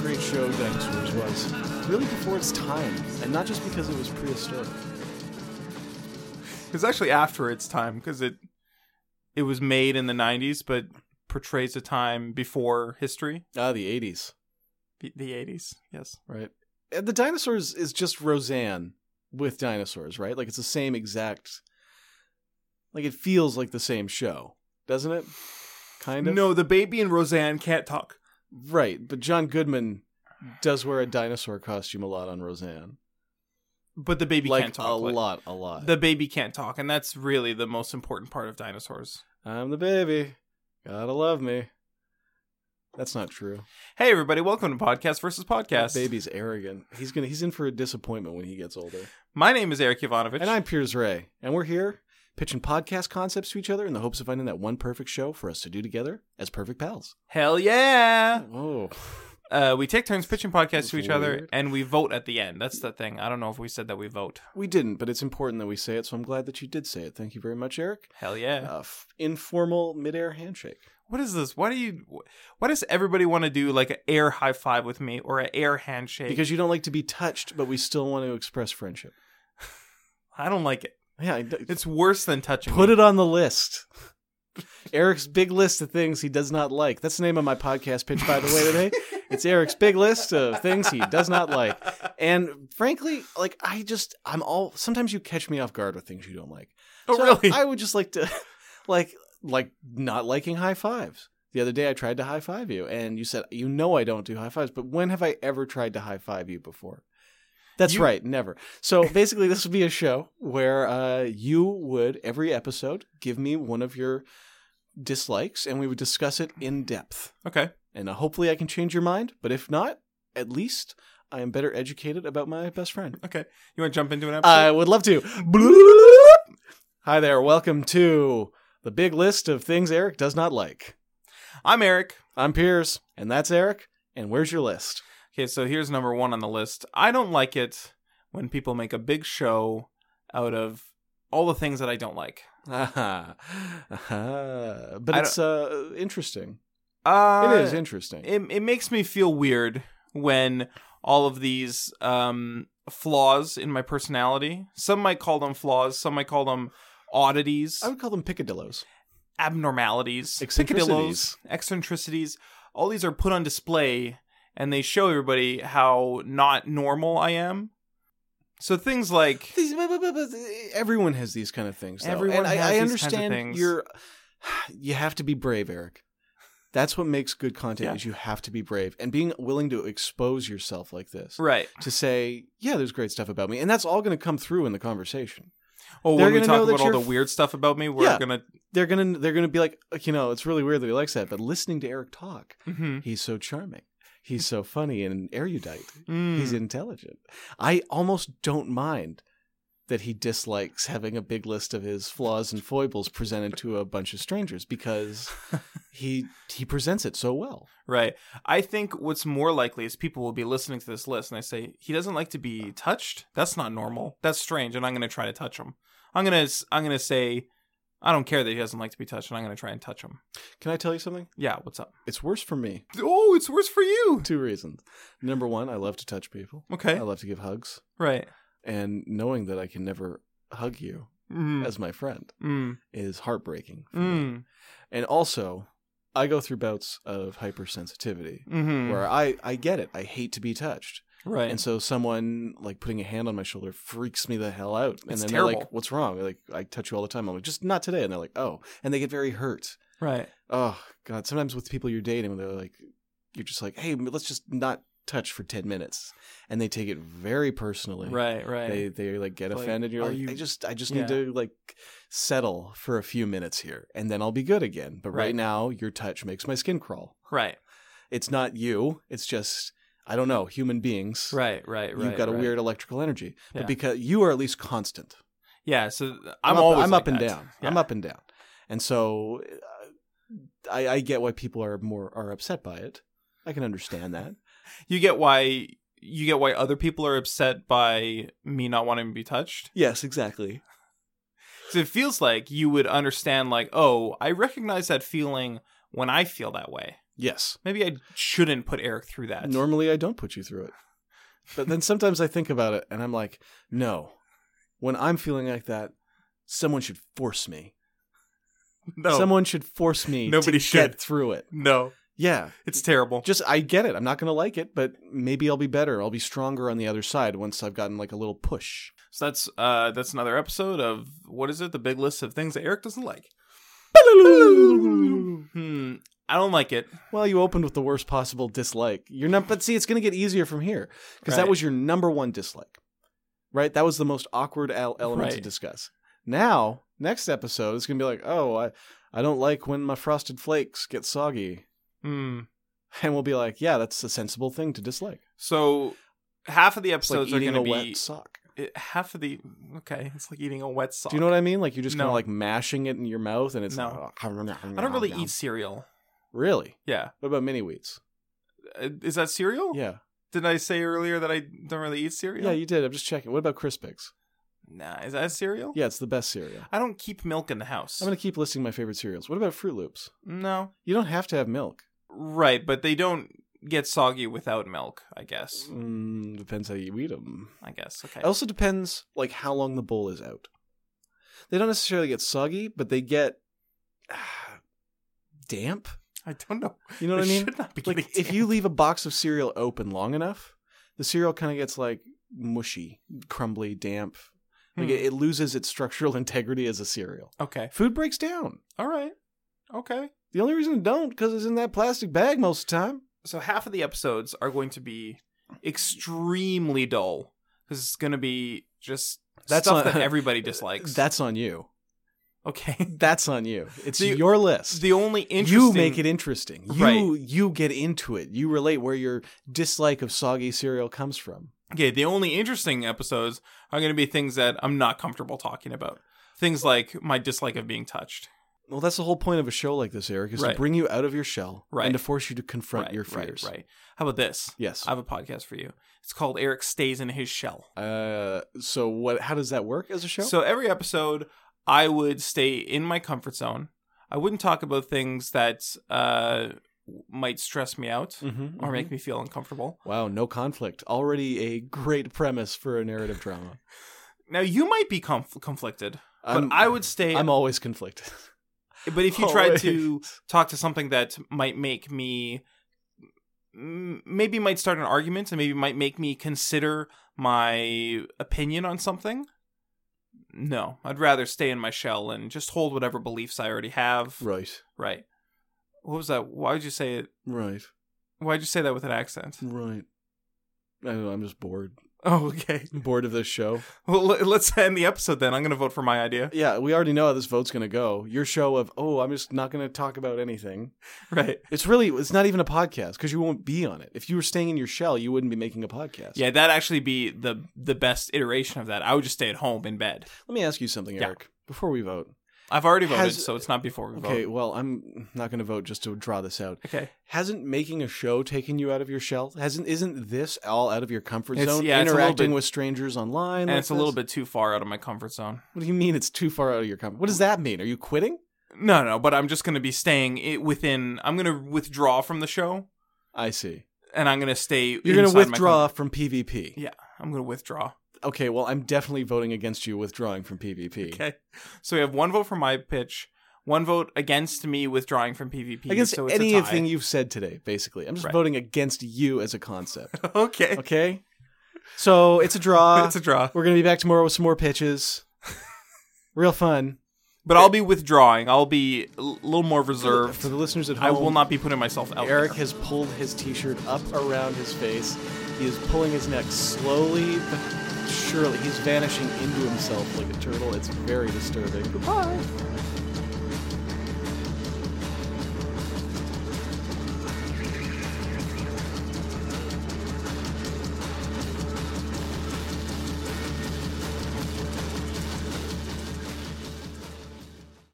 great show Dinosaurs was. Really before its time, and not just because it was prehistoric. It was actually after its time because it it was made in the 90s, but portrays a time before history, Ah, the 80s, the the 80s. Yes, right? And the dinosaurs is just Roseanne with dinosaurs, right? Like it's the same exact. Like it feels like the same show, doesn't it? Kind of. no, the baby and Roseanne can't talk. Right, but John Goodman does wear a dinosaur costume a lot on Roseanne. But the baby like can't talk a like- lot, a lot. The baby can't talk, and that's really the most important part of dinosaurs. I'm the baby. Gotta love me. That's not true. Hey, everybody, welcome to Podcast versus That Podcast. baby's arrogant. He's gonna he's in for a disappointment when he gets older. My name is Eric Ivanovich. And I'm Piers Ray, and we're here pitching podcast concepts to each other in the hopes of finding that one perfect show for us to do together as perfect pals. Hell yeah! Whoa. Uh, we take turns pitching podcasts to each other, Weird. and we vote at the end. That's the thing. I don't know if we said that we vote. We didn't, but it's important that we say it, so I'm glad that you did say it. Thank you very much, Eric. Hell yeah! Uh, f- informal midair handshake. what is this? Why do you? wh- Why does everybody want to do like an air high five with me or an air handshake? Because you don't like to be touched, but we still want to express friendship. I don't like it. Yeah, I d- It's worse than touching. put me. it on the list. Eric's big list of things he does not like. That's the name of my podcast pitch, by the way, today. it's Eric's big list of things he does not like. And frankly, like I just, I'm all. Sometimes you catch me off guard with things you don't like. Oh, So really? I would just like to, like, like not liking high fives. The other day, I tried to high five you, and you said, "You know I don't do high fives." But when have I ever tried to high five you before? That's You- right, never. So basically, this would be a show where uh, you would every episode give me one of your dislikes, and we would discuss it in depth. okay. And uh, hopefully, I can change your mind. But if not, at least I am better educated about my best friend. Okay. You want to jump into an episode? I would love to. Hi there. Welcome to the big list of things Eric does not like. I'm Eric. I'm Piers, and that's Eric. And where's your list? Okay, so here's number one on the list. I don't like it when people make a big show out of all the things that I don't like. Aha. Aha. Uh-huh. But I it's uh, interesting. Uh, it is interesting. It, it makes me feel weird when all of these um, flaws in my personality, some might call them flaws, some might call them oddities, I would call them picadillos. abnormalities, Eccentricities. picadillos, eccentricities, all these are put on display and they show everybody how not normal I am. So things like. These- but- but- but- but Everyone has these kind of things. Though. Everyone and I, I has these kinds of understand things. you're. You have to be brave, Eric. That's what makes good content. Yeah. Is you have to be brave and being willing to expose yourself like this. Right. to say, yeah, there's great stuff about me, and that's all going to come through in the conversation. Oh, They're when we gonna talk know that about all the you're- weird stuff about me, we're Yeah. gonna. They're gonna they're gonna be like, you know, it's really weird that he likes that, but listening to Eric talk, Mhm. he's so charming, he's so funny and erudite, Mm. he's intelligent. I almost don't mind that he dislikes having a big list of his flaws and foibles presented to a bunch of strangers because he he presents it so well. right. I think what's more likely is people will be listening to this list and they say he doesn't like to be touched. That's not normal. That's strange, and I'm gonna try to touch him. I'm gonna s- I'm gonna say I don't care that he doesn't like to be touched, and I'm gonna try and touch him. Can I tell you something? Yeah. What's up? It's worse for me. Oh, it's worse for you. Two reasons. Number one, I love to touch people. I Okay. love to give hugs. Right. and knowing that I can never hug you Mm. as my friend Mm. is heartbreaking. for me. Mm. And also, I go through bouts of hypersensitivity hmm where I I get it. I hate to be touched, Right. and so someone like putting a hand on my shoulder freaks me the hell out. And It's then they're terrible. like, "What's wrong?" They're like I touch you all the time. I'm like, "Just not today." And they're like, "Oh," and they get very hurt. right. Oh God! Sometimes with people you're dating, they're like, "You're just like, hey, let's just not." touch for 10 minutes and they take it very personally Right. Right. they they like get Like, offended. You're are like, you- I just I just Yeah. need to like settle for a few minutes here, and then I'll be good again. But right, Right. now, your touch makes my skin crawl. right. It's not you. It's just I don't know human beings. Right. Right. Right. You've got a right. weird electrical energy, Yeah. but because you are at least constant. Yeah. So I'm, up, always. I'm like up and that. down. Yeah. I'm up and down, and so uh, I, I get why people are more are upset by it. I can understand that. you get why you get why other people are upset by me not wanting to be touched. yes, exactly. So it feels like you would understand like, "Oh, I recognize that feeling when I feel that way." Yes. Maybe I shouldn't put Eric through that. Normally, I don't put you through it. But then sometimes I think about it and I'm like, no. When I'm feeling like that, someone should force me. no, Someone should force me Nobody to get should. through it. no, Yeah. it's terrible. Just, I get it. I'm not going to like it, but maybe I'll be better. I'll be stronger on the other side once I've gotten like a little push. So that's uh that's another episode of what is it? The big list of things that Eric doesn't like. Hmm, I don't like it. Well, you opened with the worst possible dislike. You're not, but see, it's going to get easier from here because that Right. was your number one dislike, right? That was the most awkward el- element to Right. discuss. Now, next episode is going to be like, oh, I, I don't like when my frosted flakes get soggy, Hmm. and we'll be like, yeah, that's a sensible thing to dislike. So half of the It's like episodes are eating going to a be wet sock. it- half of the okay. It's like eating a wet sock. Do you know what I mean? Like you're just kind No. of like mashing it in your mouth, and it's "Oh, No. I I don't really eat cereal. Really? Yeah, What about mini wheats? Uh, is that cereal? Yeah, Did I say earlier that I don't really eat cereal? yeah, you did. I'm just checking. What about Crispix? Nah, is that cereal? Yeah, it's the best cereal. I don't keep milk in the house. I'm going to keep listing my favorite cereals. What about Fruit Loops? No. You don't have to have milk. Right, but they don't get soggy without milk, I guess. Mm, depends how you eat them. I guess. Okay. It also depends like how long the bowl is out. They don't necessarily get soggy, but they get ah, damp. I don't know. You know what I They mean? Should not be Like getting if tan. you leave a box of cereal open long enough, the cereal kind of gets like mushy, crumbly, damp. Like Hmm. it, it loses its structural integrity as a cereal. Okay. Food breaks down. All right. Okay. The only reason it don't because it's in that plastic bag most of the time. So half of the episodes are going to be extremely dull because it's going to be just That's stuff not- that everybody dislikes. That's on you. okay. That's on you. It's The- your list. The only interesting you make it interesting. You Right. you get into it. You relate where your dislike of soggy cereal comes from. Okay, the only interesting episodes are going to be things that I'm not comfortable talking about. Things like my dislike of being touched. Well, that's the whole point of a show like this, Eric, is Right. to bring you out of your shell Right. and to force you to confront your fears. Right, right. How about this? Yes. I have a podcast for you. It's called Eric Stays in His Shell. uh, so what? How does that work as a show? So every episode, I would stay in my comfort zone. I wouldn't talk about things that uh, might stress me out Mhm, or mhm. make me feel uncomfortable. wow, no conflict. Already a great premise for a narrative drama. Now you might be conf- conflicted, but I'm, I would stay. I'm always conflicted. but if you tried to Always. talk to something that might make me m- maybe might start an argument and maybe might make me consider my opinion on something no i'd rather stay in my shell and just hold whatever beliefs i already have right, right what was that why would you say it right, why'd you say that with an accent right. I don't know. I'm just bored. oh okay I'm bored of this show. well l- let's end the episode then i'm gonna vote for my idea yeah, we already know how this vote's going to go. Your show of, oh, I'm just not going to talk about anything. right It's really, it's not even a podcast because you won't be on it. If you were staying in your shell, you wouldn't be making a podcast. yeah that'd actually be the the best iteration of that i would just stay at home in bed Let me ask you something, Yeah. Eric, before we vote. i've already voted Has- so it's not before we Okay, vote well, I'm not going to vote just to draw this out. okay Hasn't making a show taken you out of your shell? Hasn't isn't this all out of your comfort It's- zone? yeah, it's a little Interacting bit- with strangers online, and like it's a little this? bit too far out of my comfort zone. What do you mean? It's too far out of your comfort. What does that mean? Are you quitting? No, no, but I'm just going to be staying it within. I'm going to withdraw from the show, I see. and I'm going to stay. You're going to inside my withdraw comfort- from PvP. Yeah, I'm going to withdraw. Okay, well, I'm definitely voting against you withdrawing from PvP. Okay, so we have one vote for my pitch, one vote against me withdrawing from PvP. against so it's a tie. anything you've said today basically i'm just Right. voting against you as a concept okay, okay Uh, so it's a draw it's a draw, we're gonna be back tomorrow with some more pitches real fun but I'll be withdrawing. I'll be a little more reserved. for the listeners at home I will not be putting myself out. eric there. has pulled his t-shirt up around his face he is pulling his neck slowly but surely he's vanishing into himself like a turtle it's very disturbing Goodbye.